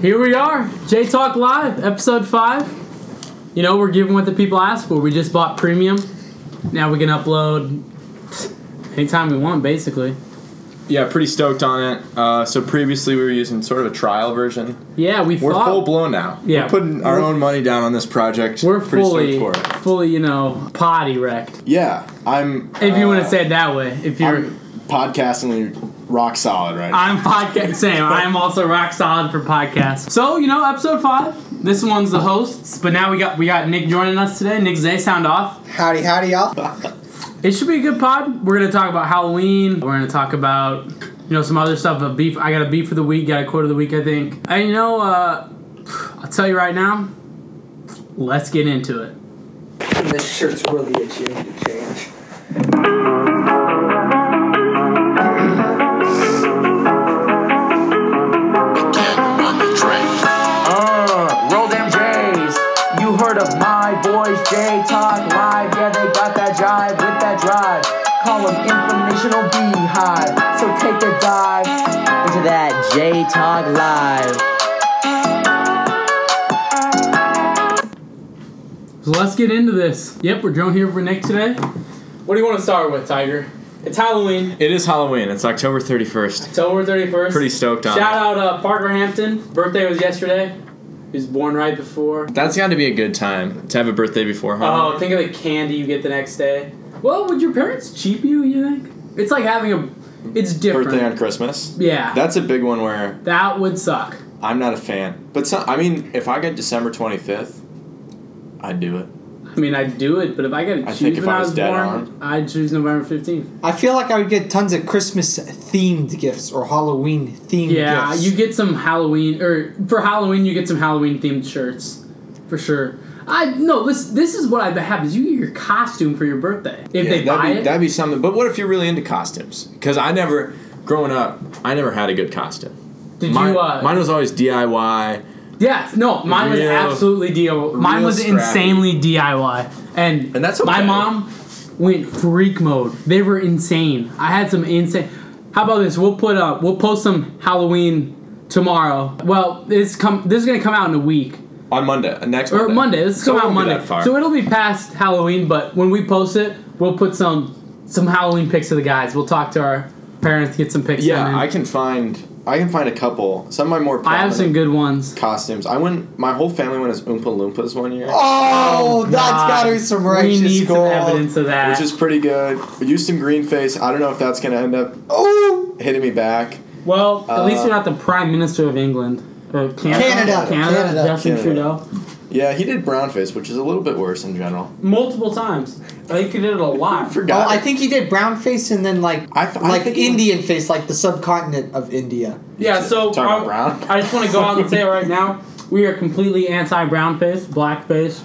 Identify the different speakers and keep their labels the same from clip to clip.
Speaker 1: Here we are, J Talk Live, episode five. You know, we're giving what the people ask for. We just bought premium. Now we can upload anytime we want, basically.
Speaker 2: Yeah, pretty stoked on it. Uh, so previously we were using sort of a trial version.
Speaker 1: Yeah, we
Speaker 2: We're
Speaker 1: thought
Speaker 2: full blown now.
Speaker 1: Yeah.
Speaker 2: we're putting our own money down on this project.
Speaker 1: we're
Speaker 2: pretty
Speaker 1: fully,
Speaker 2: stoked for it.
Speaker 1: fully, you know, potty wrecked.
Speaker 3: Yeah, I'm.
Speaker 1: If you
Speaker 3: uh,
Speaker 1: want to say it that way, if you're,
Speaker 3: I'm podcastingly rock solid right now.
Speaker 1: I'm podcast same. I am also rock solid for podcasts. So you know, episode five. This one's the hosts, but now we got we got Nick joining us today. Nick Zay, sound off.
Speaker 4: Howdy, howdy, y'all.
Speaker 1: It should be a good pod. We're gonna talk about Halloween. We're gonna talk about you know some other stuff. A beef. I got a beef for the week. Got a quote of the week, I think. And you know, uh, I'll tell you right now. Let's get into it.
Speaker 4: this shirt's really itchy. I need to change.
Speaker 5: Uh, roll them J's. You heard of my boys, J Talk Live. Yeah, they got that drive with that drive. Call them informational beehive. So take a dive into that J Talk Live.
Speaker 1: So let's get into this. Yep, we're joined here for Nick today. What do you want to start with, Tiger? It's Halloween.
Speaker 2: It is Halloween. It's October thirty first.
Speaker 1: It's over 31st.
Speaker 2: Pretty stoked on.
Speaker 1: Shout out
Speaker 2: it.
Speaker 1: uh, Parker Hampton. Birthday was yesterday. He was born right before.
Speaker 2: That's got to be a good time to have a birthday before Halloween.
Speaker 1: Oh, think of the candy you get the next day. Well, would your parents cheap you, you think? It's like having a. It's different.
Speaker 3: Birthday on Christmas.
Speaker 1: yeah.
Speaker 3: That's a big one where
Speaker 1: that would suck.
Speaker 3: I'm not a fan. But some, I mean, if I got December 25th, I'd do it.
Speaker 1: I mean, I'd do it, but if I got to
Speaker 3: I
Speaker 1: choose
Speaker 3: think if
Speaker 1: when
Speaker 3: I
Speaker 1: I
Speaker 3: was
Speaker 1: was
Speaker 3: dead
Speaker 1: born,
Speaker 3: on.
Speaker 1: I'd choose November 15th.
Speaker 4: I feel like I would get tons of Christmas themed gifts or Halloween themed
Speaker 1: Yeah,
Speaker 4: gifts.
Speaker 1: you get some Halloween, or for Halloween, you get some Halloween themed shirts. For sure. I no. This this is what I bet happens. You get your costume for your birthday if
Speaker 2: Yeah,
Speaker 1: they
Speaker 2: that'd
Speaker 1: buy
Speaker 2: be,
Speaker 1: it.
Speaker 2: That'd be something. But what if you're really into costumes? Because I never, growing up, I never had a good costume.
Speaker 1: Did
Speaker 2: mine,
Speaker 1: you? Uh,
Speaker 2: mine was always DIY.
Speaker 1: Yes, no, mine was
Speaker 2: Real-
Speaker 1: absolutely DIY. Mine
Speaker 2: real
Speaker 1: was
Speaker 2: scrappy.
Speaker 1: insanely DIY, and
Speaker 2: And that's
Speaker 1: my
Speaker 2: okay.
Speaker 1: mom went freak mode. They were insane. I had some insane. How about this? We'll put up. We'll post some Halloween tomorrow. Well, this come. This is gonna come out in a week
Speaker 3: On Monday, uh, next
Speaker 1: or
Speaker 3: Monday.
Speaker 1: Monday. This is
Speaker 2: So
Speaker 1: come
Speaker 2: it
Speaker 1: out
Speaker 2: won't be
Speaker 1: Monday,
Speaker 2: that far.
Speaker 1: so it'll be past Halloween. But when we post it, we'll put some some Halloween pics of the guys. We'll talk to our parents, get some pics. sent
Speaker 3: Yeah,
Speaker 1: in.
Speaker 3: I can find. I can find a couple. Some of my more
Speaker 1: I have
Speaker 3: prominent
Speaker 1: some good ones.
Speaker 3: costumes. I went. My whole family went as Oompa Loompas one year,
Speaker 4: Oh, that's
Speaker 1: God,
Speaker 4: got to be some
Speaker 1: We
Speaker 4: righteous
Speaker 1: need some
Speaker 4: gold.
Speaker 1: evidence of that.
Speaker 3: which is pretty good. Houston Greenface. I don't know if that's gonna end up
Speaker 4: Oh,
Speaker 3: hitting me back.
Speaker 1: Well, at
Speaker 3: Uh,
Speaker 1: least you're not the Prime Minister of England. Or Canada.
Speaker 4: Canada,
Speaker 1: Canada.
Speaker 4: Canada,
Speaker 1: Justin
Speaker 3: Canada.
Speaker 1: Trudeau.
Speaker 3: Yeah, he did brownface, which is a little bit worse in general.
Speaker 1: Multiple times. I think he did it a lot.
Speaker 3: Forgot.
Speaker 4: well, Oh, I think he did brown face and then like
Speaker 3: I th- I
Speaker 4: like
Speaker 3: think he-
Speaker 4: Indian face, like the subcontinent of India.
Speaker 1: Yeah, so
Speaker 3: Talking
Speaker 1: I,
Speaker 3: about brown.
Speaker 1: I just want to go out and say it right now. We are completely anti brown face, black face,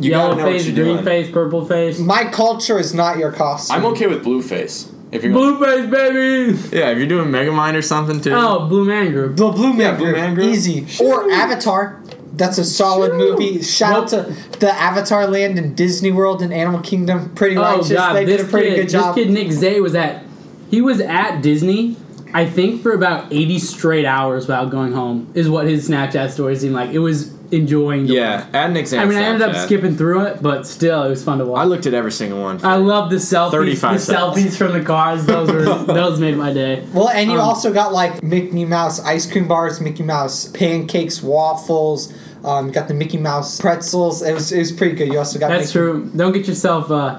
Speaker 3: you
Speaker 1: yellow
Speaker 3: gotta know what
Speaker 1: face,
Speaker 3: you're
Speaker 1: green
Speaker 3: doing.
Speaker 1: face, purple face.
Speaker 4: My culture is not your costume.
Speaker 3: I'm okay with blue face. If you're
Speaker 1: Blue face, baby!
Speaker 2: Yeah, if you're doing Megamind or something too.
Speaker 1: Oh, Blue Man Group.
Speaker 4: the Blue Man,
Speaker 3: Blue
Speaker 4: Group,
Speaker 3: Man Group.
Speaker 4: easy. Or Avatar. That's a solid movie. Shout out to the Avatar Land and Disney World and Animal Kingdom. Pretty
Speaker 1: Oh,
Speaker 4: righteous.
Speaker 1: God.
Speaker 4: they
Speaker 1: this
Speaker 4: did a pretty
Speaker 1: kid,
Speaker 4: good job.
Speaker 1: This kid, Nick Zay, was at. He was at Disney. I think for about 80 straight hours without going home is what his Snapchat story seemed like. It was enjoying the
Speaker 2: Yeah, add an
Speaker 1: I
Speaker 2: example.
Speaker 1: mean, I ended up skipping through it, but still, it was fun to
Speaker 2: I
Speaker 1: watch.
Speaker 2: looked at every single one.
Speaker 1: I, love the selfies.
Speaker 2: 35
Speaker 1: the
Speaker 2: seconds.
Speaker 1: selfies from the cars. Those were those made my day.
Speaker 4: Well, and you
Speaker 1: Um,
Speaker 4: also got like Mickey Mouse ice cream bars, Mickey Mouse pancakes, waffles. Um, you got the Mickey Mouse pretzels. It was it was pretty good. You also got
Speaker 1: That's
Speaker 4: Mickey-
Speaker 1: true. Don't get yourself. Uh,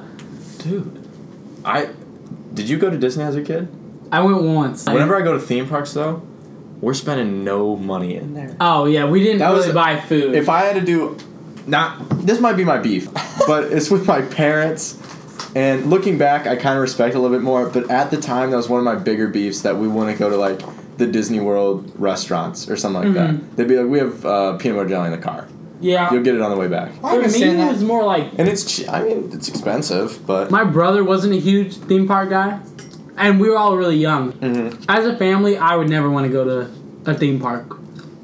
Speaker 2: Dude, I did you go to Disney as a kid?
Speaker 1: I went once.
Speaker 2: Whenever I go to theme parks, though, we're spending no money in there.
Speaker 1: oh yeah, we didn't
Speaker 3: That
Speaker 1: really
Speaker 3: was-
Speaker 1: buy food.
Speaker 3: If I had to do, not this might be my beef, but it's with my parents. And looking back, I kind of respect a little bit more. But at the time, that was one of my bigger beefs that we wouldn't go to like the Disney World restaurants or something like
Speaker 1: Mm-hmm.
Speaker 3: that. They'd be like, "We have uh, peanut butter jelly in the car.
Speaker 1: yeah,
Speaker 3: You'll get it on the way back."
Speaker 4: I
Speaker 1: for me
Speaker 4: understand
Speaker 1: it
Speaker 4: that.
Speaker 1: was more like
Speaker 3: And it's, che- I mean, it's expensive, but
Speaker 1: my brother wasn't a huge theme park guy, and we were all really young. As a family, I would never want to go to a theme park.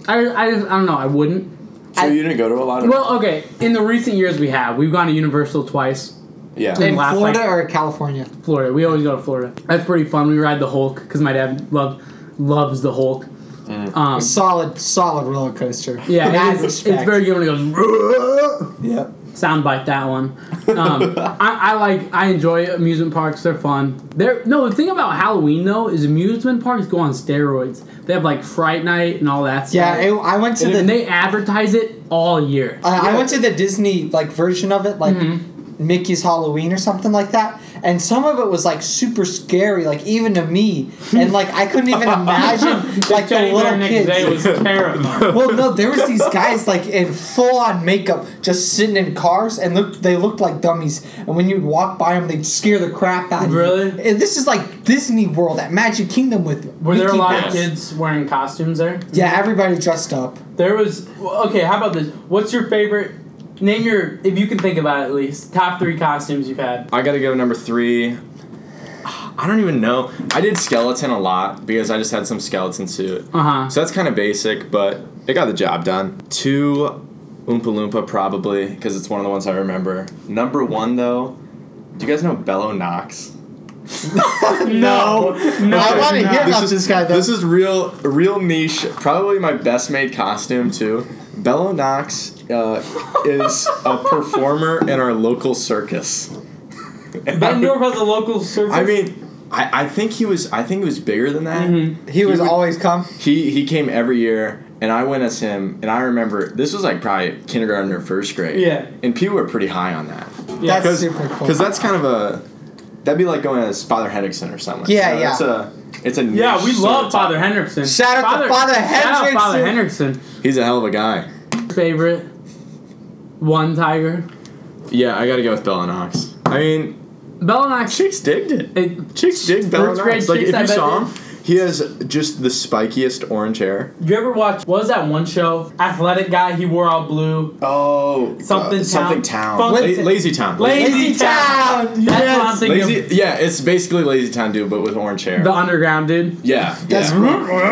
Speaker 1: I I, just, I don't know. I wouldn't.
Speaker 3: so you didn't go to a lot of.
Speaker 1: Well, okay. In the recent years, we have we've gone to Universal twice.
Speaker 3: yeah.
Speaker 4: In
Speaker 1: Laugh like-
Speaker 4: Florida or California?
Speaker 1: Florida. We always go to Florida. That's pretty fun. We ride the Hulk because my dad loved loves the Hulk. Um,
Speaker 4: Solid, solid roller coaster. In
Speaker 1: yeah, it
Speaker 4: that
Speaker 1: is,
Speaker 4: respect.
Speaker 1: it's very good when it goes.
Speaker 4: Yep.
Speaker 1: soundbite that one. Um, I, I like I enjoy amusement parks. They're fun. They're no the thing about Halloween though is amusement parks go on steroids. They have like Fright Night and all that
Speaker 4: Yeah,
Speaker 1: stuff.
Speaker 4: it, I went to
Speaker 1: and,
Speaker 4: the.
Speaker 1: then they advertise it all year.
Speaker 4: I, I went to the Disney like version of it, like
Speaker 1: Mm-hmm.
Speaker 4: Mickey's Halloween or something like that. And some of it was like super scary, like even to me, and like I couldn't even imagine like
Speaker 1: Getting
Speaker 4: the
Speaker 1: there
Speaker 4: little
Speaker 1: next
Speaker 4: kids.
Speaker 1: day was terrifying.
Speaker 4: well, no, there was these guys like in full on makeup, just sitting in cars, and looked they looked like dummies. And when you'd walk by them, they'd scare the crap out of you.
Speaker 1: Really?
Speaker 4: And this is like Disney World at Magic Kingdom with
Speaker 1: Were there a
Speaker 4: Mickey
Speaker 1: lot
Speaker 4: Mouse.
Speaker 1: of kids wearing costumes there?
Speaker 4: Yeah, everybody dressed up.
Speaker 1: There was. well, Okay, how about this? What's your favorite? Name your, if you can think about it at least, top three costumes you've had.
Speaker 2: I gotta go number three. I don't even know. I did skeleton a lot because I just had some skeleton suit.
Speaker 4: Uh-huh.
Speaker 1: Uh huh.
Speaker 2: So that's kind of basic, but it got the job done. Two Oompa Loompa probably because it's one of the ones I remember. Number one though, do you guys know Bello Knox?
Speaker 1: No, no.
Speaker 4: I want to hear about this, guy though.
Speaker 2: This is real, real niche. Probably my best made costume too. Bello Knox uh, is a performer in our local circus.
Speaker 1: Bendorf has a local circus.
Speaker 2: I mean, I, I think he was. I think he was bigger than that.
Speaker 4: he was
Speaker 2: would-
Speaker 4: always come.
Speaker 2: He he came every year, and I went as him. And I remember this was like probably kindergarten or first grade.
Speaker 1: Yeah.
Speaker 2: And people were pretty high on that
Speaker 1: Yeah,
Speaker 2: because
Speaker 4: That's super cool.
Speaker 2: that's kind of a that'd be like going as Father Henriksen or something.
Speaker 4: Yeah, yeah.
Speaker 2: It's a it's a
Speaker 1: Yeah,
Speaker 2: niche
Speaker 1: we
Speaker 2: sort
Speaker 1: love
Speaker 2: of
Speaker 1: Father
Speaker 2: topic.
Speaker 1: Henriksen.
Speaker 4: Shout out to Father
Speaker 1: Shout out Father Henriksen.
Speaker 2: He's a hell of a guy.
Speaker 1: Favorite one tiger.
Speaker 2: Yeah, I gotta go with Bella Knox. I mean,
Speaker 1: Bella Knox.
Speaker 2: chicks digged it.
Speaker 1: it-
Speaker 2: Chicks digged Bella
Speaker 1: First grade
Speaker 2: Knox. Like
Speaker 1: chicks,
Speaker 2: if
Speaker 1: I
Speaker 2: you
Speaker 1: bet
Speaker 2: saw
Speaker 1: they-
Speaker 2: him, he has just the spikiest orange hair.
Speaker 1: You ever watch? What was that one show? Athletic guy. He wore all blue.
Speaker 2: Oh,
Speaker 1: Something Town.
Speaker 2: something town,
Speaker 1: Fun-
Speaker 2: La- lazy town,
Speaker 1: Lazy,
Speaker 4: Lazy
Speaker 1: Town.
Speaker 4: Town,
Speaker 1: That's what I'm
Speaker 4: yes.
Speaker 1: thinking. of.
Speaker 2: lazy. Yeah, it's basically lazy town dude, but with orange hair.
Speaker 1: The underground dude.
Speaker 2: yeah,
Speaker 4: That's
Speaker 2: yeah,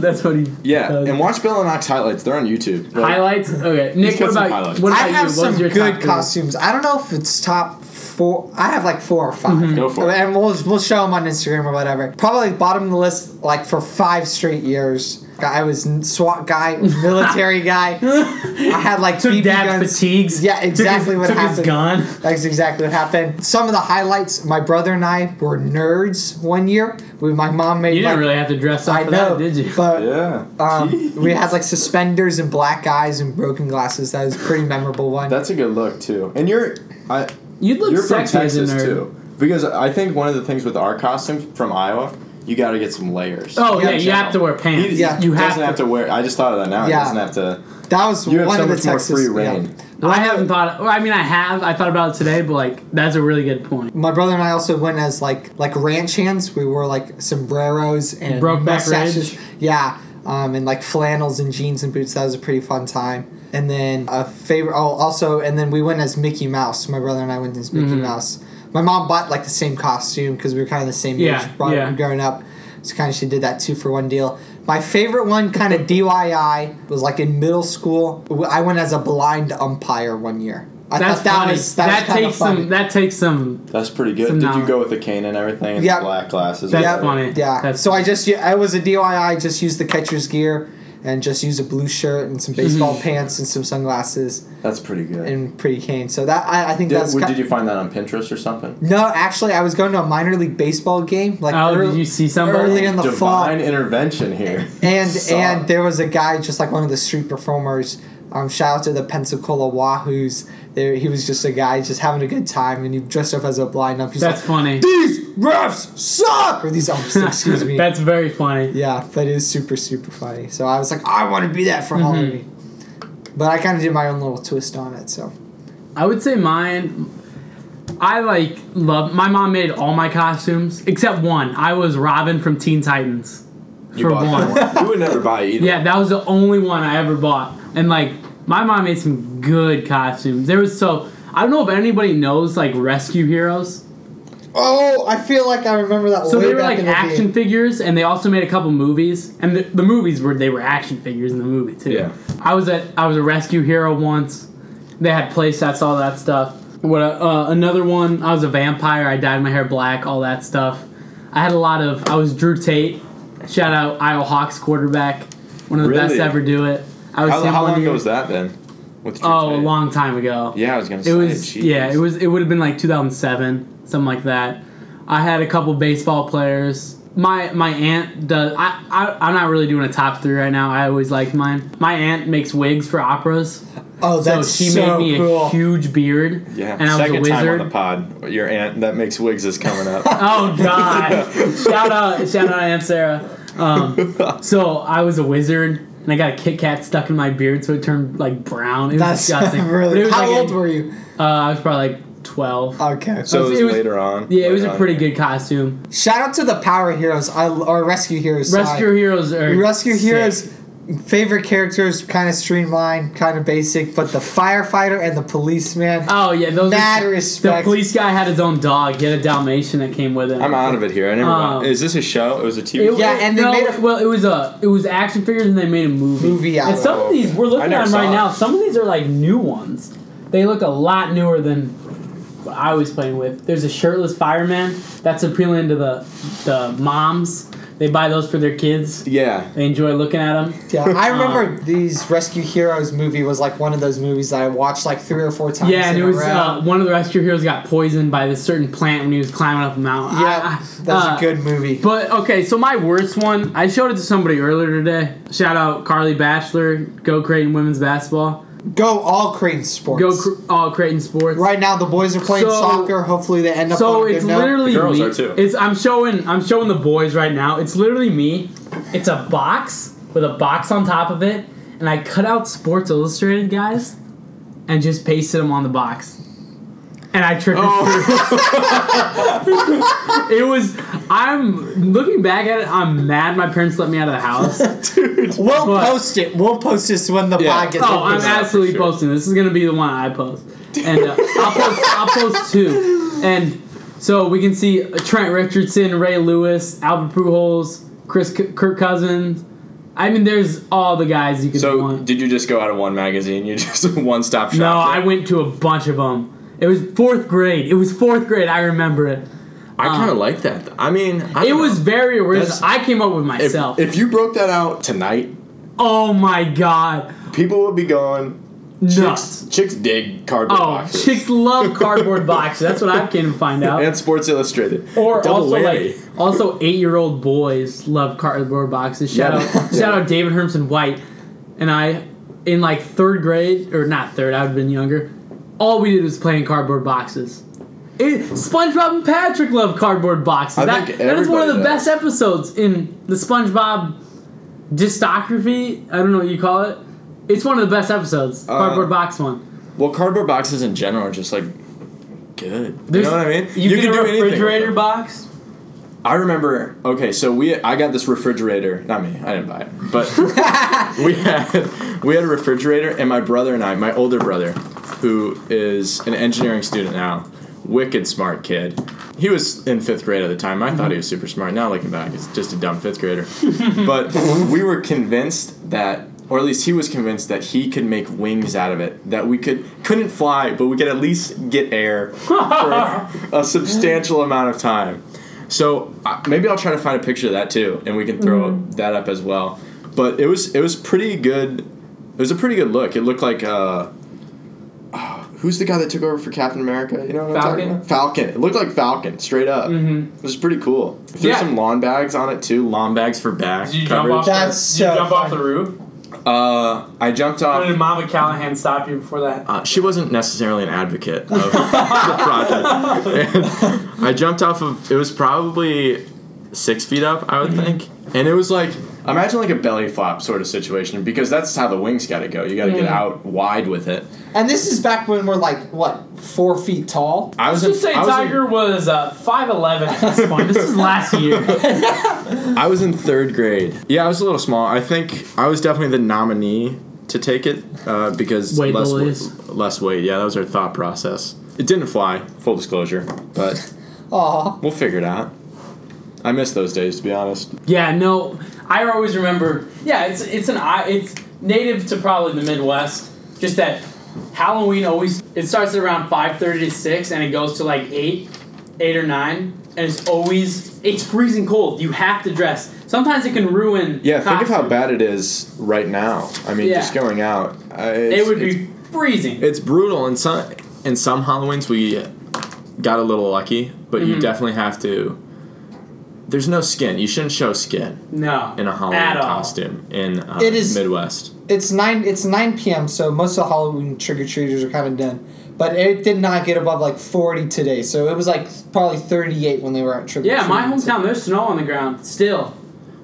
Speaker 1: That's what he.
Speaker 2: yeah.
Speaker 1: does.
Speaker 2: And watch Bella Knox highlights. They're on YouTube. Like,
Speaker 1: highlights. Okay, Nick.
Speaker 2: got
Speaker 1: What
Speaker 2: some
Speaker 1: about
Speaker 2: highlights.
Speaker 1: what about
Speaker 4: I
Speaker 1: you?
Speaker 4: have
Speaker 1: What
Speaker 4: some
Speaker 1: was your top
Speaker 4: good
Speaker 1: three?
Speaker 4: costumes. I don't know if it's top four. I have like four or 5
Speaker 1: Mm-hmm.
Speaker 2: Go for it.
Speaker 4: And we'll we'll show them on Instagram or whatever. Probably bottom of the list, like for five straight years. I was n- SWAT guy, military guy. I had like
Speaker 1: Took
Speaker 4: BB
Speaker 1: dad
Speaker 4: guns.
Speaker 1: fatigues.
Speaker 4: Yeah,
Speaker 1: Took his-
Speaker 4: exactly what
Speaker 1: took
Speaker 4: happened.
Speaker 1: His gun.
Speaker 4: That's exactly what happened. Some of the highlights. My brother and I were nerds one year. We, my mom made.
Speaker 1: You didn't
Speaker 4: like,
Speaker 1: really have to dress up
Speaker 4: I
Speaker 1: for
Speaker 4: know,
Speaker 1: that, did you?
Speaker 4: But
Speaker 2: yeah,
Speaker 4: um, we had like suspenders and black eyes and broken glasses. That was a pretty memorable one.
Speaker 2: that's a good look too. And you're, I,
Speaker 1: You'd look
Speaker 2: you're from
Speaker 1: sexy as a
Speaker 2: Texas
Speaker 1: nerd.
Speaker 2: too, because I think one of the things with our costumes from Iowa, you got to get some layers.
Speaker 1: Oh
Speaker 4: Yeah,
Speaker 1: yeah, you have to wear pants.
Speaker 2: He-
Speaker 4: Yeah.
Speaker 1: you
Speaker 2: he
Speaker 1: have
Speaker 2: doesn't
Speaker 1: to.
Speaker 2: have to wear. I just thought of that now. He
Speaker 4: Yeah.
Speaker 2: doesn't have to.
Speaker 4: That was
Speaker 2: You have
Speaker 4: one
Speaker 2: so
Speaker 4: of the
Speaker 2: much more
Speaker 4: Texas.
Speaker 2: free reign.
Speaker 4: yeah.
Speaker 1: I haven't thought. Well, I mean, I have. I thought about it today, but like that's a really good point.
Speaker 4: My brother and I also went as like like ranch hands. We wore like sombreros and
Speaker 1: Brokeback
Speaker 4: mustaches.
Speaker 1: Ridge.
Speaker 4: Yeah, um, and like flannels and jeans and boots. That was a pretty fun time. And then a favorite. Oh, also, and then we went as Mickey Mouse. My brother and I went as Mickey
Speaker 1: Mm-hmm.
Speaker 4: Mouse. My mom bought like the same costume because we were kind of the same
Speaker 1: Yeah,
Speaker 4: age brought-
Speaker 1: yeah.
Speaker 4: growing up. So kind of she did that two for one deal. My favorite one, kind of DIY, was like in middle school. I went as a blind umpire one year. I
Speaker 1: That's
Speaker 4: thought that
Speaker 1: funny.
Speaker 4: was that, was kinda
Speaker 1: takes
Speaker 4: funny.
Speaker 1: some. That takes some.
Speaker 2: That's pretty good.
Speaker 1: Some
Speaker 2: Did you
Speaker 1: knowledge.
Speaker 2: go with the cane and everything? and the
Speaker 4: Yep.
Speaker 2: Black glasses.
Speaker 1: That's
Speaker 4: Yeah.
Speaker 1: funny.
Speaker 4: Yeah.
Speaker 1: That's
Speaker 4: so I just I was a DIY. Just used the catcher's gear and just used a blue shirt and some baseball
Speaker 1: Mm-hmm.
Speaker 4: pants and some sunglasses
Speaker 2: That's pretty good.
Speaker 4: and pretty cane. So that I, I think
Speaker 2: did,
Speaker 4: that's
Speaker 2: w-
Speaker 4: ki-
Speaker 2: did you find that on Pinterest or something?
Speaker 4: no. Actually, I was going to a minor league baseball game. Like
Speaker 1: Oh,
Speaker 4: ear-
Speaker 1: did you see somebody?
Speaker 4: early in the
Speaker 2: Divine intervention here.
Speaker 4: fall? And
Speaker 2: Saw.
Speaker 4: and there was a guy just like one of the street performers. Um, shout out to the Pensacola Wahoos. There, he was just a guy just having a good time, and he dressed up as a blind ump. He's
Speaker 1: That's
Speaker 4: like,
Speaker 1: funny.
Speaker 4: these refs suck, or these umps, excuse me.
Speaker 1: That's very funny.
Speaker 4: Yeah, but it was super, super funny. So I was like, I want to be that for Halloween. But I kind of did my own little twist on it. So
Speaker 1: I would say mine. I like love. My mom made all my costumes except one. I was Robin from Teen Titans.
Speaker 2: You
Speaker 1: for
Speaker 2: bought
Speaker 1: one.
Speaker 2: that one. You would never buy it either.
Speaker 1: Yeah, that was the only one I ever bought. And like my mom made some good costumes. There was so I don't know if anybody knows like rescue heroes.
Speaker 4: oh, I feel like I remember that.
Speaker 1: So
Speaker 4: way
Speaker 1: they were
Speaker 4: back
Speaker 1: like
Speaker 4: in the
Speaker 1: action
Speaker 4: day.
Speaker 1: figures, and they also made a couple movies. And the, the movies were they were action figures in the movie too.
Speaker 2: Yeah.
Speaker 1: I was at I was a rescue hero once. They had playsets, all that stuff. What uh, another one? I was a vampire. I dyed my hair black, all that stuff. I had a lot of. I was Drew Tate. Shout out Iowa Hawks quarterback, one of the best
Speaker 2: Really?
Speaker 1: to ever do it. I was
Speaker 2: How,
Speaker 1: him
Speaker 2: how
Speaker 1: one
Speaker 2: long
Speaker 1: year-
Speaker 2: ago was that then? With Drew
Speaker 1: Oh, a
Speaker 2: Tate?
Speaker 1: long time ago.
Speaker 2: Yeah, I was gonna say.
Speaker 1: It was
Speaker 2: jeez.
Speaker 1: yeah, it was it would have been like 2007, something like that. I had a couple baseball players. My my aunt does. I, I I'm not really doing a top three right now. I always liked mine. My aunt makes wigs for operas,
Speaker 4: Oh,
Speaker 1: so
Speaker 4: that's
Speaker 1: she
Speaker 4: so
Speaker 1: made me
Speaker 4: cool.
Speaker 1: a huge beard.
Speaker 2: Yeah,
Speaker 1: and I was
Speaker 2: second
Speaker 1: a wizard.
Speaker 2: time on the pod. Your aunt that makes wigs is coming up.
Speaker 1: Oh God! shout out, shout out, Aunt Sarah. Um, so I was a wizard, and I got a Kit Kat stuck in my beard, so it turned like brown. It was
Speaker 4: that's
Speaker 1: disgusting. But it
Speaker 4: really.
Speaker 1: was
Speaker 4: How
Speaker 1: like
Speaker 4: old
Speaker 1: a-
Speaker 4: were you?
Speaker 1: Uh, I was probably like twelve.
Speaker 4: Okay.
Speaker 2: so it
Speaker 1: it
Speaker 2: was,
Speaker 1: was-
Speaker 2: later on.
Speaker 1: yeah, it was
Speaker 2: later
Speaker 1: a
Speaker 2: on.
Speaker 4: uh,
Speaker 1: pretty good costume.
Speaker 4: Shout out to the Power Heroes I, or Rescue Heroes. sorry.
Speaker 1: Rescue heroes are
Speaker 4: Rescue
Speaker 1: sick.
Speaker 4: Heroes. Favorite characters, kind of streamlined, kind of basic, but the firefighter and the policeman.
Speaker 1: Oh yeah, those.
Speaker 4: Mad
Speaker 1: are, The
Speaker 4: respect.
Speaker 1: police guy had his own dog. He had a Dalmatian that came with him.
Speaker 2: I'm out of it here. I never.
Speaker 1: Um,
Speaker 2: wa- is this a show? It was a TV.
Speaker 1: It-
Speaker 2: show?
Speaker 4: Yeah, and they
Speaker 1: no,
Speaker 4: made a-
Speaker 1: well. It was a it was action figures, and they made a movie.
Speaker 4: Movie out
Speaker 1: And
Speaker 4: of
Speaker 1: some
Speaker 2: it.
Speaker 1: of these we're
Speaker 2: I
Speaker 1: looking at
Speaker 2: never
Speaker 1: 'em
Speaker 2: saw
Speaker 1: right
Speaker 2: it.
Speaker 1: now. Some of these are like new ones. They look a lot newer than what I was playing with. There's a shirtless fireman that's appealing to the the moms. They buy those for their kids.
Speaker 2: Yeah.
Speaker 1: They enjoy looking at them.
Speaker 4: Yeah, I remember these Rescue Heroes movie was like one of those movies that I watched like three or four times.
Speaker 1: Yeah, and
Speaker 4: in
Speaker 1: it
Speaker 4: a
Speaker 1: was
Speaker 4: row.
Speaker 1: uh, one of the rescue heroes got poisoned by this certain plant when he was climbing up a mountain. I- I-
Speaker 4: yeah, that's
Speaker 1: uh,
Speaker 4: a good movie.
Speaker 1: But okay, so my worst one, I showed it to somebody earlier today. Shout out Carly Bachelor, go Creighton women's basketball,
Speaker 4: Go all Creighton sports.
Speaker 1: go Cr- all Creighton sports.
Speaker 4: right now, the boys are playing
Speaker 1: So-
Speaker 4: soccer. Hopefully, they end up.
Speaker 1: So
Speaker 4: on a
Speaker 1: it's
Speaker 4: good note.
Speaker 1: literally
Speaker 2: The girls
Speaker 1: me.
Speaker 2: are too.
Speaker 1: It's I'm showing I'm showing the boys right now. It's literally me. It's a box with a box on top of it, and I cut out Sports Illustrated guys, and just pasted them on the box. And I trick or
Speaker 4: Oh.
Speaker 1: treated. it was. I'm looking back at it. I'm mad. My parents let me out of the house.
Speaker 4: We'll
Speaker 1: But-
Speaker 4: post it. We'll post this when the
Speaker 2: Yeah.
Speaker 4: podcast.
Speaker 1: Oh, I'm
Speaker 2: posting that for
Speaker 1: absolutely
Speaker 2: sure.
Speaker 1: posting. This is gonna be the one I post, and uh, I'll post. I'll post two, and so we can see Trent Richardson, Ray Lewis, Albert Pujols, Chris C- Kirk Cousins. I mean, there's all the guys you could
Speaker 2: So
Speaker 1: want.
Speaker 2: did you just go out of one magazine? You just one stop shop.
Speaker 1: No,
Speaker 2: there?
Speaker 1: I went to a bunch of them. It was fourth grade. It was fourth grade. I remember it.
Speaker 2: I kind of like that. th- I mean, I
Speaker 1: um, It
Speaker 2: don't
Speaker 1: was
Speaker 2: know.
Speaker 1: very original.
Speaker 2: That's-
Speaker 1: I came up with
Speaker 2: If,
Speaker 1: myself.
Speaker 2: if you broke that out tonight,
Speaker 1: oh my god,
Speaker 2: people would be going.
Speaker 1: nuts!
Speaker 2: Chicks, chicks dig cardboard
Speaker 1: Oh,
Speaker 2: boxes.
Speaker 1: chicks love cardboard boxes. That's what I came to find out.
Speaker 2: and Sports Illustrated.
Speaker 1: Or
Speaker 2: Double
Speaker 1: also
Speaker 2: whammy.
Speaker 1: like also eight year old boys love cardboard boxes. Shout
Speaker 2: Yeah.
Speaker 1: out shout out David Hermson White and I in like third grade or not third, I would have been younger. All we did was play in cardboard boxes. It, SpongeBob and Patrick love cardboard boxes.
Speaker 2: I
Speaker 1: that,
Speaker 2: think
Speaker 1: that is one of the
Speaker 2: everybody does.
Speaker 1: best episodes in the SpongeBob dystography. I don't know what you call it. It's one of the best episodes.
Speaker 2: Uh,
Speaker 1: Cardboard box one.
Speaker 2: Well, cardboard boxes in general are just like good. You
Speaker 1: There's-
Speaker 2: know what I mean?
Speaker 1: You, get a
Speaker 2: anything with
Speaker 1: refrigerator
Speaker 2: them.
Speaker 1: box.
Speaker 2: I remember. Okay, so we I got this refrigerator. Not me. I didn't buy it, but we had we had a refrigerator, and my brother and I, my older brother, who is an engineering student now, wicked smart kid. He was in fifth grade at the time. I
Speaker 1: Mm-hmm.
Speaker 2: thought he was super smart. Now looking back, he's just a dumb fifth grader. but we were convinced that, or at least he was convinced that he could make wings out of it. That we could couldn't fly, but we could at least get air for a substantial amount of time. So uh, maybe I'll try to find a picture of that too, and we can throw
Speaker 1: Mm-hmm.
Speaker 2: that up as well. But it was it was pretty good. It was a pretty good look. It looked like uh, oh, who's the guy that took over for Captain America? You know what I'm
Speaker 1: Falcon?
Speaker 2: talking about? Falcon. It looked like Falcon, straight up. Mm-hmm. It was pretty cool. Threw
Speaker 1: Yeah.
Speaker 2: some lawn bags on it too. Lawn bags for back
Speaker 1: Did you jump
Speaker 2: coverage.
Speaker 1: off?
Speaker 4: That's
Speaker 1: Did you
Speaker 4: so
Speaker 1: jump off
Speaker 4: funny.
Speaker 1: the roof?
Speaker 2: Uh, I jumped
Speaker 1: How did
Speaker 2: off.
Speaker 1: Mama Callahan stop you before that?
Speaker 2: Uh, she wasn't necessarily an advocate of the project. And I jumped off of. It was probably six feet up, I would
Speaker 1: Mm-hmm.
Speaker 2: think, and it was like imagine like a belly flop sort of situation because that's how the wings got to go. You got to get out wide with it.
Speaker 4: and this is back when we're like what four feet tall.
Speaker 2: I was
Speaker 1: Let's just
Speaker 2: in,
Speaker 1: say
Speaker 2: I was in-
Speaker 1: Tiger was uh, 5'11 at this point. this is last year.
Speaker 2: I was in third grade. Yeah, I was a little small. I think I was definitely the nominee to take it uh, because
Speaker 1: Weight
Speaker 2: less
Speaker 1: bullies.
Speaker 2: less weight. Yeah, that was our thought process. It didn't fly. Full disclosure, but
Speaker 4: Aw.
Speaker 2: we'll figure it out. I miss those days, to be honest.
Speaker 1: Yeah, no, I always remember. Yeah, it's it's an I it's native to probably the Midwest. Just that Halloween always it starts at around five thirty to six and it goes to like eight, eight or nine, and it's always it's freezing cold. You have to dress. Sometimes it can ruin.
Speaker 2: Yeah, think of how
Speaker 1: costume.
Speaker 2: bad it is right now. I mean,
Speaker 1: Yeah.
Speaker 2: just going out. Uh,
Speaker 1: it
Speaker 2: it's,
Speaker 1: would
Speaker 2: it's-
Speaker 1: be freezing.
Speaker 2: It's brutal, and some in some Halloweens we got a little lucky, but
Speaker 1: Mm-hmm.
Speaker 2: you definitely have to. There's no skin. You shouldn't show skin
Speaker 1: no,
Speaker 2: in a Halloween
Speaker 1: at all.
Speaker 2: costume in uh,
Speaker 4: It is-
Speaker 2: Midwest.
Speaker 4: It's nine. It's nine p.m. So most of the Halloween trick or treaters are kind of done. But it did not get above like forty today. So it was like probably thirty-eight when they were out trick or treating.
Speaker 1: Yeah, my hometown. There's snow on the ground still.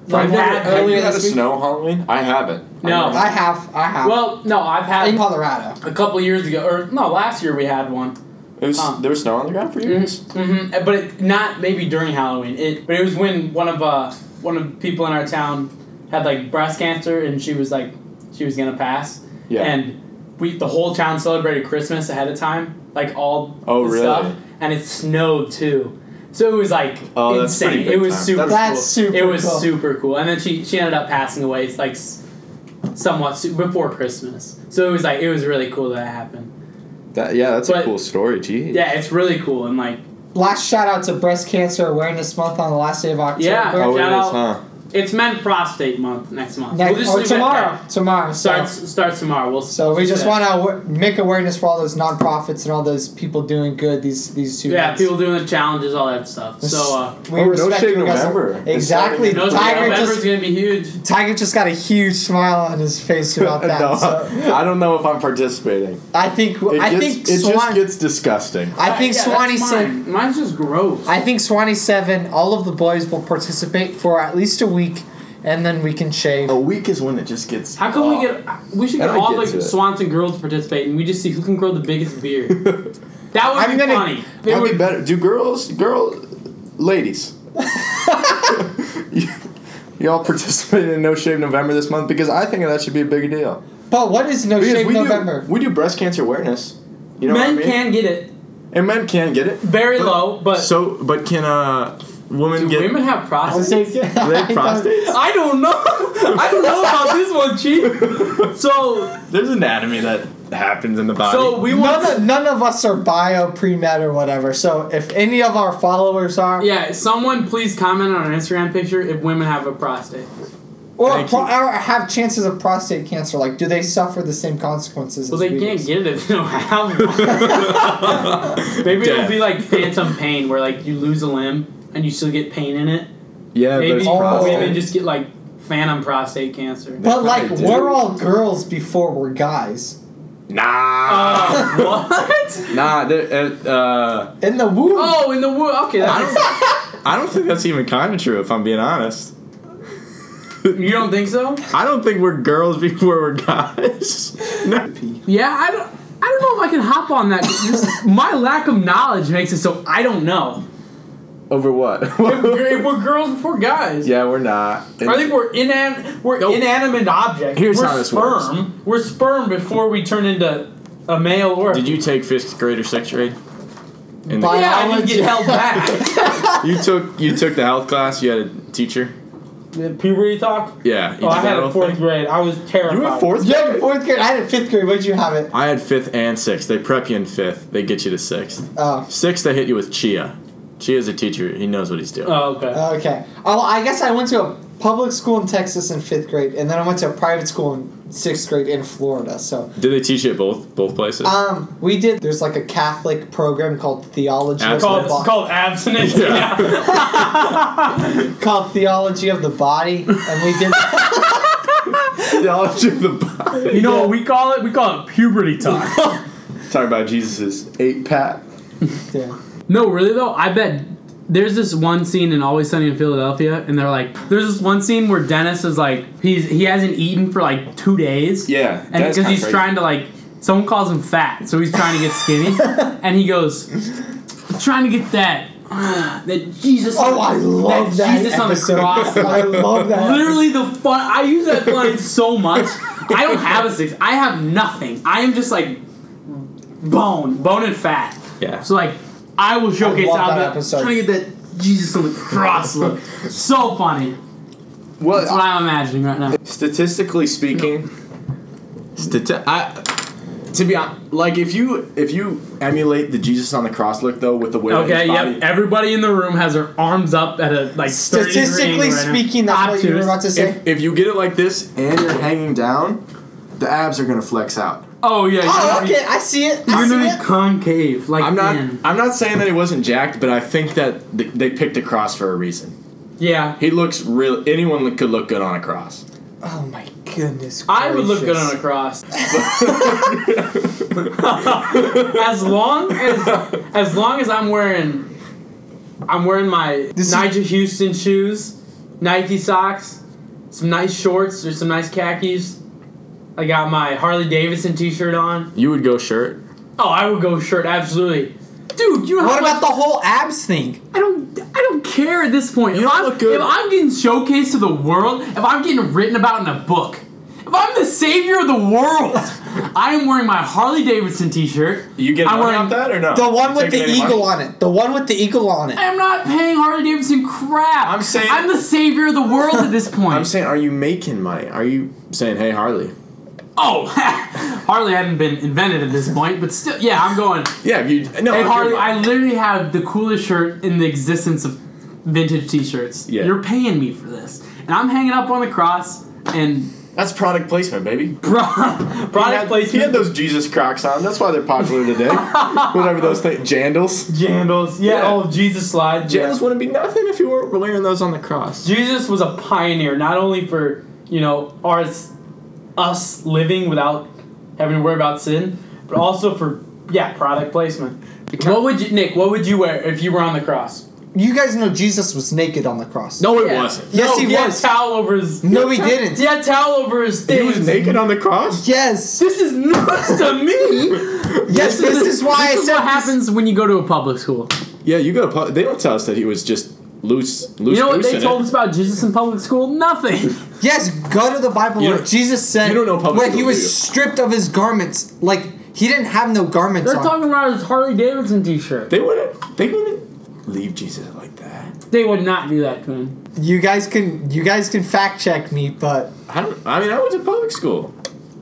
Speaker 1: Like
Speaker 4: Like,
Speaker 1: that.
Speaker 4: earlier
Speaker 3: Have you
Speaker 4: this
Speaker 3: had a
Speaker 4: week-
Speaker 3: snow Halloween? I haven't.
Speaker 1: No.
Speaker 4: I have. I have.
Speaker 1: Well, no, I've had
Speaker 4: in Colorado.
Speaker 1: a couple years ago, or no, last year we had one.
Speaker 3: It was
Speaker 1: Huh.
Speaker 3: there was snow on the ground for you guys.
Speaker 1: hmm But it, not maybe during Halloween. It, but it was when one of uh one of the people in our town had like breast cancer, and she was like she was gonna pass.
Speaker 3: Yeah.
Speaker 1: And we the whole town celebrated Christmas ahead of time, like all
Speaker 2: Oh,
Speaker 1: the
Speaker 2: really?
Speaker 1: stuff, and it snowed too. So it was like
Speaker 2: Oh, that's
Speaker 1: insane.
Speaker 2: pretty big
Speaker 1: it was
Speaker 2: time.
Speaker 1: super.
Speaker 2: That's
Speaker 4: That's
Speaker 1: cool.
Speaker 4: super
Speaker 1: It was
Speaker 4: cool.
Speaker 1: super cool. And then she she ended up passing away it's like s- somewhat su- before Christmas. So it was like it was really cool that it happened.
Speaker 2: That, yeah, that's
Speaker 1: But-
Speaker 2: a cool story. Gee.
Speaker 1: Yeah, it's really cool and like
Speaker 4: Last shout out to Breast Cancer Awareness Month on the last day of October.
Speaker 1: Yeah.
Speaker 2: Oh, it
Speaker 1: Shout
Speaker 2: is,
Speaker 1: out.
Speaker 2: huh?
Speaker 1: It's Men Prostate Month next month.
Speaker 4: Next,
Speaker 1: we'll just
Speaker 4: or
Speaker 1: leave it at
Speaker 4: tomorrow.
Speaker 1: that.
Speaker 4: Tomorrow. So,
Speaker 1: Starts starts tomorrow. We'll
Speaker 4: so we just
Speaker 1: yeah.
Speaker 4: want to awa- make awareness for all those nonprofits and all those people doing good. These these two.
Speaker 1: yeah
Speaker 4: months.
Speaker 1: people doing the challenges, all that stuff. So uh,
Speaker 4: we
Speaker 3: Oh, No
Speaker 4: respect
Speaker 3: Shave
Speaker 4: you guys.
Speaker 3: November.
Speaker 4: Exactly.
Speaker 1: no,
Speaker 4: Tiger
Speaker 1: November's
Speaker 4: just
Speaker 1: gonna be huge.
Speaker 4: Tiger just got a huge smile on his face about that.
Speaker 3: no,
Speaker 4: so
Speaker 3: I don't know if I'm participating.
Speaker 4: I think
Speaker 3: It
Speaker 4: I
Speaker 3: gets,
Speaker 4: think
Speaker 3: it
Speaker 4: Swan.
Speaker 3: just gets disgusting.
Speaker 4: I think
Speaker 1: yeah,
Speaker 4: Swanee
Speaker 1: that's
Speaker 4: said.
Speaker 1: mine. Mine's just gross.
Speaker 4: I think Swanee Seven. All of the boys will participate for at least a week, and then we can shave.
Speaker 3: A week is when it just gets.
Speaker 1: How come we get? We should
Speaker 3: I
Speaker 1: get
Speaker 3: don't
Speaker 1: all
Speaker 3: get to
Speaker 1: the
Speaker 3: it.
Speaker 1: Swanson girls to participate, and we just see who can grow the biggest beard. that would
Speaker 4: I'm
Speaker 1: be
Speaker 4: gonna-
Speaker 1: funny. They
Speaker 3: That'd
Speaker 1: would-
Speaker 3: be better. Do girls, girl, ladies, you, you all participated in No Shave November this month because I think that should be a bigger deal.
Speaker 4: But what is No
Speaker 3: Because
Speaker 4: Shave
Speaker 3: we
Speaker 4: November?
Speaker 3: do we do breast cancer awareness. You know
Speaker 1: men
Speaker 3: what I mean?
Speaker 1: can get it
Speaker 3: and men can get it.
Speaker 1: very low, but
Speaker 2: So, but can a woman
Speaker 1: do
Speaker 2: get
Speaker 1: women have prostate?
Speaker 2: they prostates?
Speaker 1: I don't know. I don't know about this one, chief. So
Speaker 2: There's anatomy that happens in the body.
Speaker 1: so we want.
Speaker 4: None of, none of us are bio, pre med, or whatever. So if any of our followers are,
Speaker 1: Yeah, someone please comment on an Instagram picture if women have a prostate.
Speaker 4: or,
Speaker 2: Thank
Speaker 4: pro-
Speaker 2: you.
Speaker 4: or have chances of prostate cancer, like do they suffer the same consequences?
Speaker 1: Well,
Speaker 4: as
Speaker 1: they
Speaker 4: we do?
Speaker 1: can't get it if they don't have one. Maybe it'll be like phantom pain, where like you lose a limb and you still get pain in it.
Speaker 2: yeah,
Speaker 1: Maybe
Speaker 2: there's
Speaker 4: all
Speaker 2: prostate.
Speaker 1: women just get like phantom prostate cancer.
Speaker 4: But like,
Speaker 2: probably do.
Speaker 4: we're all girls before we're guys.
Speaker 2: nah,
Speaker 1: Uh, what?
Speaker 2: nah. There, uh, uh,
Speaker 4: In the womb.
Speaker 1: Oh, in the wood. Okay, that
Speaker 2: I don't think that's even kind of true. If I'm being honest,
Speaker 1: you don't think so?
Speaker 2: I don't think we're girls before we're guys. No.
Speaker 1: Yeah, I don't. I don't know if I can hop on that. This- my lack of knowledge makes it so I don't know.
Speaker 2: Over what?
Speaker 1: If we're, if we're girls before guys.
Speaker 2: yeah, we're not.
Speaker 1: I think we're inan we're
Speaker 2: Nope.
Speaker 1: inanimate objects.
Speaker 2: Here's
Speaker 1: we're
Speaker 2: how this works.
Speaker 1: sperm. We're sperm before we turn into a male or. Oh,
Speaker 2: Did you take fifth grade or sixth grade? In
Speaker 4: Bi-
Speaker 1: yeah, I didn't get held back.
Speaker 2: you took you took the health class. You had a teacher.
Speaker 1: the puberty talk.
Speaker 2: Yeah. you
Speaker 1: Oh, I
Speaker 2: did that
Speaker 1: had a
Speaker 2: whole
Speaker 1: fourth
Speaker 2: thing?
Speaker 1: grade. I was terrified.
Speaker 3: You in fourth?
Speaker 4: You had it fourth grade. I had it fifth grade. Where'd you have it?
Speaker 2: I had fifth and sixth. They prep you in fifth. They get you to sixth.
Speaker 4: Oh,
Speaker 2: Sixth, they hit you with Chia. Chia's a teacher. He knows what he's doing.
Speaker 1: Oh, okay.
Speaker 4: okay. Oh, I guess I went to a public school in Texas in fifth grade, and then I went to a private school in sixth grade in Florida. So
Speaker 2: Did they teach you at both both places?
Speaker 4: Um, we did. There's like a Catholic program called Theology of
Speaker 1: called,
Speaker 2: Absolutely.
Speaker 4: the
Speaker 1: it's
Speaker 4: Body.
Speaker 1: called abstinence. Yeah.
Speaker 4: called Theology of the Body, and we did.
Speaker 3: Theology of the body.
Speaker 1: You know what we call it? We call it puberty talk.
Speaker 3: Talking about Jesus's eight pack.
Speaker 4: yeah.
Speaker 1: no, really though, I bet there's this one scene in Always Sunny in Philadelphia, and they're like, there's this one scene where Dennis is like, he's he hasn't eaten for like two days.
Speaker 3: Yeah,
Speaker 1: and
Speaker 3: that's
Speaker 1: because
Speaker 3: kinda
Speaker 1: he's
Speaker 3: crazy.
Speaker 1: trying to like, someone calls him fat, so he's trying to get skinny, and he goes, "I'm trying to get that. ah, That Jesus.
Speaker 4: Oh, I love that
Speaker 1: Jesus
Speaker 4: episode.
Speaker 1: on the cross.
Speaker 4: I love that.
Speaker 1: Literally the fun. I use that line so much. I don't have a six. I have nothing. I am just like bone, bone and fat.
Speaker 2: Yeah.
Speaker 1: So like, I will showcase.
Speaker 4: love
Speaker 1: I'm
Speaker 4: that
Speaker 1: like,
Speaker 4: episode.
Speaker 1: trying to get that Jesus on the cross look. so funny.
Speaker 3: Well,
Speaker 1: That's what I'm imagining right now.
Speaker 3: statistically speaking,
Speaker 2: Stati- I, to be honest,
Speaker 3: Like if you if you emulate the Jesus on the cross look though with the way that
Speaker 1: Okay,
Speaker 3: his
Speaker 1: yep.
Speaker 3: body,
Speaker 1: Everybody in the room has their arms up at a like 30 degree angle right
Speaker 4: Statistically
Speaker 1: now.
Speaker 4: speaking, that's what you were
Speaker 1: Obtuse.
Speaker 4: about to say.
Speaker 3: if, if you get it like this and you're hanging down, the abs are gonna flex out.
Speaker 1: Oh yeah.
Speaker 4: oh,
Speaker 1: you're
Speaker 4: okay, I see it. I
Speaker 1: You're
Speaker 4: see
Speaker 1: gonna
Speaker 4: it.
Speaker 1: be concave, like
Speaker 2: I'm not.
Speaker 1: in.
Speaker 2: I'm not saying that he wasn't jacked, but I think that th- they picked a cross for a reason.
Speaker 1: Yeah,
Speaker 2: He looks real. Anyone look- could look good on a cross.
Speaker 4: Oh my goodness.
Speaker 1: I would look good on a cross. as long as as long as I'm wearing I'm wearing my
Speaker 4: This is-
Speaker 1: Nigel Houston shoes, Nike socks, some nice shorts or some nice khakis. I got my Harley Davidson t-shirt on.
Speaker 2: You would go shirt.
Speaker 1: Oh, I would go shirt absolutely. Dude, you know
Speaker 4: What
Speaker 1: how
Speaker 4: about
Speaker 1: much-
Speaker 4: the whole abs thing?
Speaker 1: I don't I don't care at this point.
Speaker 2: You
Speaker 1: if
Speaker 2: don't
Speaker 1: I'm,
Speaker 2: look good.
Speaker 1: if I'm getting showcased to the world, if I'm getting written about in a book, if I'm the savior of the world, I am wearing my Harley Davidson T-shirt.
Speaker 2: You get
Speaker 1: I'm
Speaker 2: money
Speaker 1: wearing-
Speaker 2: off that or no?
Speaker 4: The one with the
Speaker 2: Taking any
Speaker 4: eagle
Speaker 2: money?
Speaker 4: on it. The one with the eagle on it.
Speaker 1: I am not paying Harley Davidson crap.
Speaker 2: I'm saying-
Speaker 1: I'm the savior of the world at this point.
Speaker 2: I'm saying, are you making money? Are you saying, hey Harley?
Speaker 1: oh, Harley hadn't been invented at this point, but still, yeah, I'm going.
Speaker 2: Yeah, if you no.
Speaker 1: Hey
Speaker 2: if
Speaker 1: Harley,
Speaker 2: you're-
Speaker 1: I literally have the coolest shirt in the existence of vintage T-shirts.
Speaker 2: Yeah.
Speaker 1: You're paying me for this, and I'm hanging up on the cross and.
Speaker 2: that's product placement, baby.
Speaker 1: Bro,
Speaker 2: He
Speaker 1: product
Speaker 2: had, he had
Speaker 1: placement.
Speaker 2: those Jesus Crocs on. That's why they're popular today. Whatever those things, jandals.
Speaker 1: Jandals. Yeah,
Speaker 2: Yeah.
Speaker 1: oh, Jesus slide. yeah.
Speaker 2: Jandals wouldn't be nothing if you weren't wearing those on the cross.
Speaker 1: Jesus was a pioneer, not only for, you know, ours, us living without having to worry about sin, but also for, yeah, product placement. What would you, Nick, what would you wear if you were on the cross?
Speaker 4: You guys know Jesus was naked on the cross.
Speaker 2: No, it
Speaker 1: Yeah.
Speaker 2: wasn't.
Speaker 4: Yes,
Speaker 1: No,
Speaker 4: he
Speaker 1: had
Speaker 4: was.
Speaker 1: towel over his.
Speaker 4: No, he didn't.
Speaker 1: He had towel over his
Speaker 2: He
Speaker 1: thing.
Speaker 2: was naked on the cross.
Speaker 4: Yes.
Speaker 1: This is news to me.
Speaker 4: Yes, this is why I
Speaker 1: this is
Speaker 4: said
Speaker 1: what happens when you go to a public school.
Speaker 2: Yeah, you go to pub- they don't tell us that he was just loose loose.
Speaker 1: You know what
Speaker 2: goose
Speaker 1: they
Speaker 2: in
Speaker 1: told
Speaker 2: it.
Speaker 1: us about Jesus in public school? Nothing.
Speaker 4: Yes, go to the Bible
Speaker 2: You
Speaker 4: where
Speaker 2: don't-
Speaker 4: Jesus said
Speaker 2: you don't know public
Speaker 4: when he
Speaker 2: school,
Speaker 4: was
Speaker 2: do you?
Speaker 4: stripped of his garments, like he didn't have no garments
Speaker 1: They're
Speaker 4: on.
Speaker 1: talking about his Harley Davidson T-shirt.
Speaker 2: They wouldn't they wouldn't leave Jesus like that.
Speaker 1: They would not do that to him.
Speaker 4: you guys can you guys can fact check me, but
Speaker 2: I don't I mean I went to public school.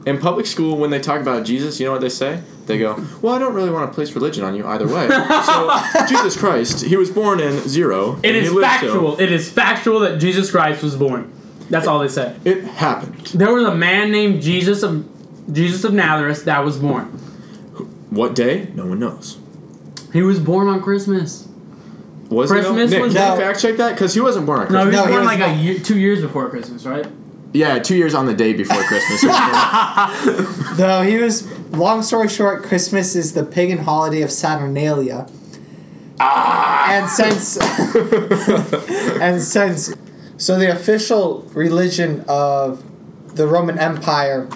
Speaker 2: In public school when they talk about Jesus, you know what they say? They go, Well, I don't really want to place religion on you either way. so Jesus Christ, he was born in zero.
Speaker 1: It
Speaker 2: and
Speaker 1: is
Speaker 2: he lived till-
Speaker 1: factual. It is factual that Jesus Christ was born. That's all they said.
Speaker 2: It happened.
Speaker 1: There was a man named Jesus of Jesus of Nazareth that was born.
Speaker 2: What day? No one knows.
Speaker 1: He was born on Christmas.
Speaker 2: Was it?
Speaker 1: Christmas
Speaker 2: Nick,
Speaker 1: was-
Speaker 2: can
Speaker 4: No.
Speaker 2: you fact check that? Because he wasn't born on
Speaker 1: No, he
Speaker 2: Christmas.
Speaker 1: was
Speaker 4: No, he
Speaker 1: born
Speaker 4: was
Speaker 1: like a
Speaker 4: not.
Speaker 1: year, two years before Christmas, right?
Speaker 2: Yeah, two years on the day before Christmas.
Speaker 4: though he was long story short, Christmas is the pagan holiday of Saturnalia. And since and since so the official religion of the Roman Empire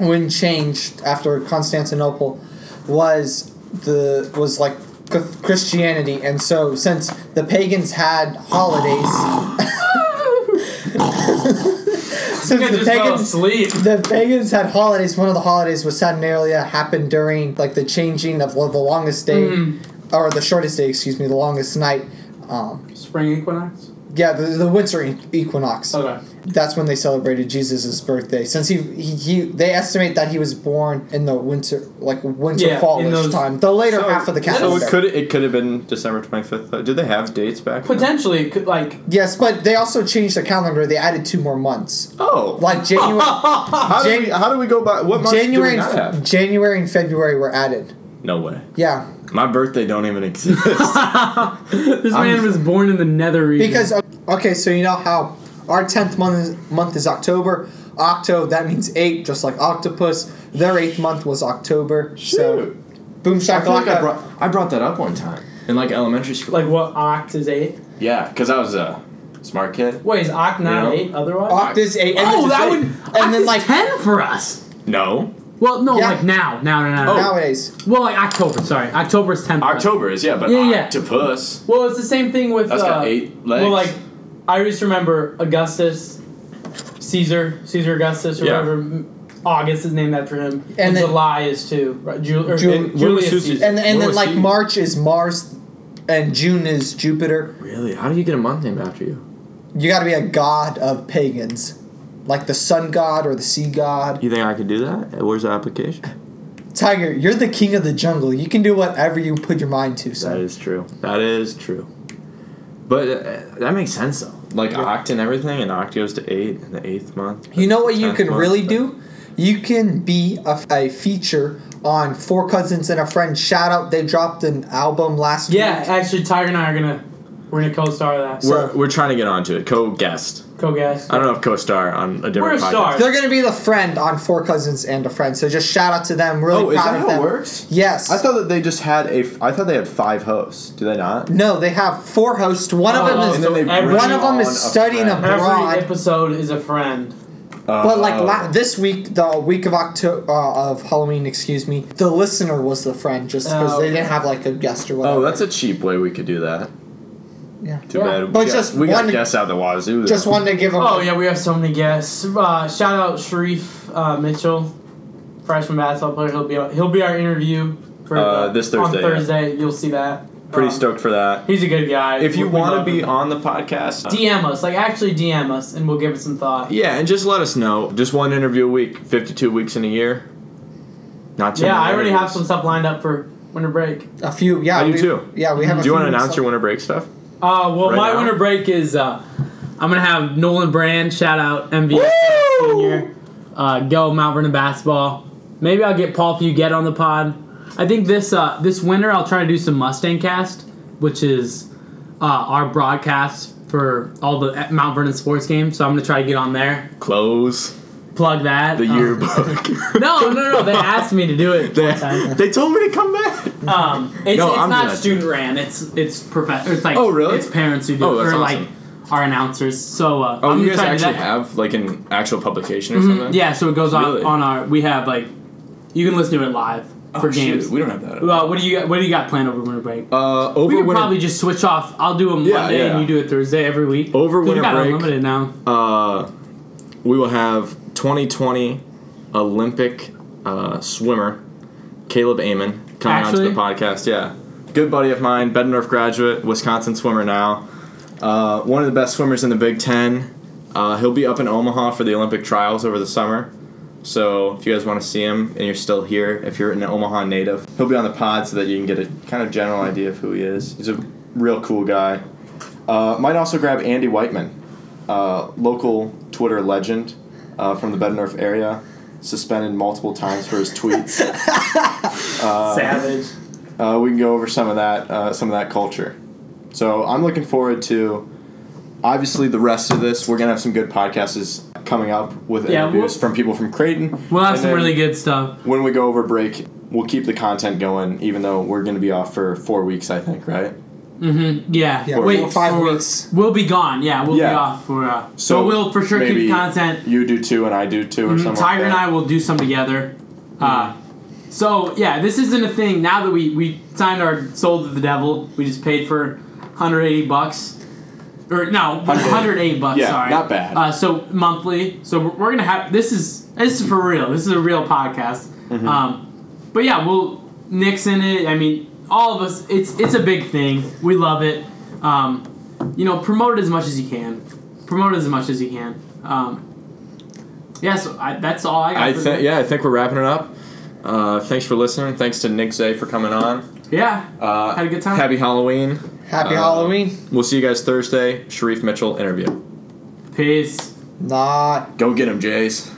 Speaker 4: when changed after Constantinople was the was like Ch- Christianity and so since the pagans had holidays since the pagans
Speaker 1: asleep.
Speaker 4: the pagans had holidays. One of the holidays was Saturnalia. Happened during like the changing of well, the longest day,
Speaker 1: Mm-hmm.
Speaker 4: or the shortest day. Excuse me, the longest night. Um,
Speaker 1: Spring equinox.
Speaker 4: yeah, the, the winter e- equinox.
Speaker 1: Okay.
Speaker 4: That's when they celebrated Jesus' birthday. Since he, he, he they estimate that he was born in the winter, like winter
Speaker 1: Yeah,
Speaker 4: fallish
Speaker 1: in those-
Speaker 4: time, the later
Speaker 3: So-
Speaker 4: half of the
Speaker 3: so
Speaker 4: calendar.
Speaker 3: it could it could have been December twenty fifth. Did they have dates back? then?
Speaker 1: Potentially, it could, like
Speaker 4: yes, but they also changed the calendar. They added two more months,
Speaker 3: Oh,
Speaker 4: like January,
Speaker 3: how, do we,
Speaker 4: Jan-
Speaker 3: how do we go by what month
Speaker 4: January,
Speaker 3: do
Speaker 4: and,
Speaker 3: we not
Speaker 4: F-
Speaker 3: have?
Speaker 4: January and February were added.
Speaker 2: no way.
Speaker 4: Yeah,
Speaker 2: My birthday don't even exist.
Speaker 1: this man was born in the nether region.
Speaker 4: Because o- okay, so you know how our tenth month is, month is October. Octo that means eight, just like octopus. Their eighth month was October. So
Speaker 2: Shoot.
Speaker 4: boom
Speaker 2: I feel like I
Speaker 4: shakalaka.
Speaker 2: brought I brought that up one time in like elementary school.
Speaker 1: like what oct is eight?
Speaker 2: yeah, because I was a smart kid.
Speaker 1: Wait, is oct not
Speaker 2: Yeah.
Speaker 1: eight otherwise?
Speaker 4: Oct is eight. And
Speaker 1: oh,
Speaker 4: then
Speaker 1: that
Speaker 4: eight.
Speaker 1: would.
Speaker 4: And then like
Speaker 1: ten for us.
Speaker 2: No,
Speaker 1: Well, no,
Speaker 4: Yeah. Oh.
Speaker 1: like now, now, now,
Speaker 2: Oh.
Speaker 1: now. now.
Speaker 4: nowadays,
Speaker 1: Well, like October. Sorry, October is tenth.
Speaker 2: October is yeah, but
Speaker 1: Yeah, yeah.
Speaker 2: octopus.
Speaker 1: Well, it's the same thing with.
Speaker 2: That's
Speaker 1: uh,
Speaker 2: got eight legs.
Speaker 1: Well, like I just remember Augustus, Caesar, Caesar Augustus, or
Speaker 2: Yeah.
Speaker 1: whatever. m- August is named after him, and,
Speaker 4: then-
Speaker 1: July is too. Right? Ju- or,
Speaker 4: Ju-
Speaker 1: and
Speaker 4: Julius
Speaker 1: Julius
Speaker 2: Caesar.
Speaker 1: Caesar.
Speaker 4: and and
Speaker 2: What
Speaker 4: then
Speaker 2: was
Speaker 4: like
Speaker 2: he?
Speaker 4: March is Mars, and June is Jupiter.
Speaker 2: Really? How do you get a month named after you?
Speaker 4: You got to be a god of pagans, like the sun god or the sea god.
Speaker 2: You think I could do that? Where's the application?
Speaker 4: Tiger, you're the king of the jungle. You can do whatever you put your mind to.
Speaker 2: That
Speaker 4: So
Speaker 2: is true. That is true. But uh, that makes sense though. Like Oct and everything, and Oct goes to eight in the eighth month.
Speaker 4: you know what you
Speaker 2: tenth
Speaker 4: can
Speaker 2: month.
Speaker 4: really do? You can be a, a feature on Four Cousins and a Friend. Shout out! They dropped an album last
Speaker 1: Yeah,
Speaker 4: week.
Speaker 1: actually, Tiger and I are gonna we're gonna co-star that.
Speaker 2: We're, we're trying to get onto it. Co-guest.
Speaker 1: co-guest.
Speaker 2: I don't know if co-star on a different.
Speaker 1: We're a
Speaker 2: podcast.
Speaker 1: star.
Speaker 4: They're gonna be the friend on Four Cousins and a Friend. So just shout out to them. Really
Speaker 3: Oh, is that
Speaker 4: proud of
Speaker 3: how
Speaker 4: them.
Speaker 3: it works?
Speaker 4: Yes.
Speaker 3: I thought that they just had a. I thought they had five hosts. Do they not?
Speaker 4: no, they have four hosts. One of
Speaker 1: Oh,
Speaker 4: them is
Speaker 3: And then they
Speaker 1: Every-
Speaker 3: bring
Speaker 4: One of them is
Speaker 3: on a
Speaker 4: studying
Speaker 3: friend.
Speaker 4: a-
Speaker 1: Every
Speaker 4: broad.
Speaker 1: episode is a friend.
Speaker 4: But like
Speaker 3: Oh.
Speaker 4: la- this week, the week of October uh, of Halloween, excuse me, the listener was the friend just because
Speaker 1: Oh,
Speaker 4: they
Speaker 1: okay.
Speaker 4: didn't have like a guest or whatever.
Speaker 2: Oh, that's a cheap way we could do that.
Speaker 4: yeah.
Speaker 2: Too
Speaker 1: Yeah.
Speaker 2: bad.
Speaker 4: But
Speaker 2: we
Speaker 4: just
Speaker 2: got, we got
Speaker 4: one-
Speaker 2: guests out the wazoo. there.
Speaker 4: Just wanted to give them.
Speaker 1: Oh yeah, we have so many guests. Uh, shout out Sharif uh, Mitchell, freshman basketball player. He'll be he'll be our interview for
Speaker 2: Uh,
Speaker 1: the-
Speaker 2: this Thursday,
Speaker 1: On
Speaker 2: yeah.
Speaker 1: Thursday, you'll see that.
Speaker 2: Pretty
Speaker 1: Um,
Speaker 2: stoked for that.
Speaker 1: He's a good guy.
Speaker 2: If you
Speaker 1: We- we
Speaker 2: want to
Speaker 1: love
Speaker 2: be
Speaker 1: him.
Speaker 2: on the podcast,
Speaker 1: DM us, like actually DM us, and we'll give it some thought.
Speaker 2: yeah, and just let us know. Just one interview a week, fifty-two weeks in a year. Not too.
Speaker 1: Yeah,
Speaker 2: many
Speaker 1: I already have
Speaker 2: interviews.
Speaker 1: some stuff lined up for winter break.
Speaker 4: a few. Yeah,
Speaker 2: I do
Speaker 4: we,
Speaker 2: too.
Speaker 4: Yeah, we have.
Speaker 2: Do you
Speaker 4: a few
Speaker 2: want to
Speaker 4: minutes
Speaker 2: announce your
Speaker 4: left.
Speaker 2: winter break stuff?
Speaker 1: Uh, well,
Speaker 2: Right
Speaker 1: my
Speaker 2: now?
Speaker 1: winter break is uh, I'm gonna have Nolan Brand shout out MVS senior. Uh, go Mount Vernon basketball. Maybe I'll get Paul Fuget on the pod. I think this uh, this winter I'll try to do some Mustang Cast, which is uh, our broadcast for all the Mount Vernon sports games. So I'm gonna try to get on there,
Speaker 2: Close
Speaker 1: plug that.
Speaker 2: the
Speaker 1: Um,
Speaker 2: yearbook.
Speaker 1: no, no, no. They asked me to do it.
Speaker 2: they, they told me to come back.
Speaker 1: Um, it's,
Speaker 2: No,
Speaker 1: it's
Speaker 2: I'm
Speaker 1: not
Speaker 2: good.
Speaker 1: student ran. It's it's professor. It's like
Speaker 2: Oh, really?
Speaker 1: It's parents who do
Speaker 2: Oh,
Speaker 1: it,
Speaker 2: that's
Speaker 1: or
Speaker 2: awesome.
Speaker 1: like our announcers. So uh,
Speaker 2: Oh,
Speaker 1: I'm
Speaker 2: you
Speaker 1: gonna
Speaker 2: guys
Speaker 1: try to do
Speaker 2: actually
Speaker 1: that. Mm-hmm.
Speaker 2: have like an actual publication or something?
Speaker 1: Yeah, so it goes
Speaker 2: Really?
Speaker 1: on on our. We have like, you can listen to it live
Speaker 2: Oh,
Speaker 1: for
Speaker 2: shoot,
Speaker 1: games.
Speaker 2: we don't have that.
Speaker 1: Well, what do you what do you got planned over winter break?
Speaker 2: uh, over
Speaker 1: we could
Speaker 2: winter,
Speaker 1: probably just switch off. I'll do a Monday
Speaker 2: Yeah, yeah.
Speaker 1: and you do it Thursday every week.
Speaker 2: Over
Speaker 1: 'Cause we
Speaker 2: winter
Speaker 1: got
Speaker 2: break.
Speaker 1: unlimited now.
Speaker 2: uh, we will have 2020 Olympic uh, swimmer Caleb Amon coming
Speaker 1: Actually?
Speaker 2: onto the podcast. Yeah, good buddy of mine, Bedendorf graduate, Wisconsin swimmer now. Uh, one of the best swimmers in the Big Ten. Uh, he'll be up in Omaha for the Olympic trials over the summer. So if you guys want to see him and you're still here, if you're an Omaha native, he'll be on the pod so that you can get a kind of general idea of who he is. He's a real cool guy.
Speaker 3: Uh, might also grab Andy Whiteman, uh, local Twitter legend uh, from the Bedendorf area, suspended multiple times for his tweets.
Speaker 1: Savage.
Speaker 3: uh, we can go over some of that uh, some of that culture. So I'm looking forward to obviously the rest of this. We're gonna have some good podcasts coming up with
Speaker 1: Yeah,
Speaker 3: interviews
Speaker 1: we'll-
Speaker 3: from people from Creighton.
Speaker 1: We'll have
Speaker 3: And
Speaker 1: some
Speaker 3: then
Speaker 1: really good stuff.
Speaker 3: When we go over break, we'll keep the content going, even though we're gonna be off for four weeks, I think, right?
Speaker 1: Yeah.
Speaker 4: Yeah,
Speaker 1: Wait,
Speaker 4: four- five
Speaker 1: for-
Speaker 4: weeks.
Speaker 1: We'll be gone. Yeah, we'll be
Speaker 3: Yeah.
Speaker 1: off for. Uh,
Speaker 3: So
Speaker 1: so we'll for sure
Speaker 3: maybe
Speaker 1: keep content.
Speaker 3: You do two, and I do two, or something.
Speaker 1: Mm-hmm. Tiger
Speaker 3: like
Speaker 1: and
Speaker 3: that.
Speaker 1: I will do some together. Uh, so yeah, this isn't a thing. Now that we we signed our soul to the devil, we just paid for 180 bucks. Or no, 108 bucks.
Speaker 3: Yeah,
Speaker 1: sorry,
Speaker 3: not bad.
Speaker 1: Uh, so monthly. So we're, we're gonna have this is this is for real. This is a real podcast.
Speaker 3: Mm-hmm.
Speaker 1: Um, but yeah, we'll Nick's in it. I mean, all of us. It's it's a big thing. We love it. Um, you know, promote it as much as you can. Promote it as much as you can. Um, yeah, so I, that's all I got.
Speaker 2: I
Speaker 1: for
Speaker 2: think
Speaker 1: that.
Speaker 2: yeah, I think we're wrapping it up. Uh, thanks for listening. Thanks to Nick Zay for coming on.
Speaker 1: Yeah.
Speaker 2: Uh,
Speaker 1: Had a good time.
Speaker 2: Happy Halloween.
Speaker 4: Happy
Speaker 2: Uh,
Speaker 4: Halloween.
Speaker 2: We'll see you guys Thursday. Sharif Mitchell interview.
Speaker 1: Peace.
Speaker 4: Nah.
Speaker 2: Go get him, Jays.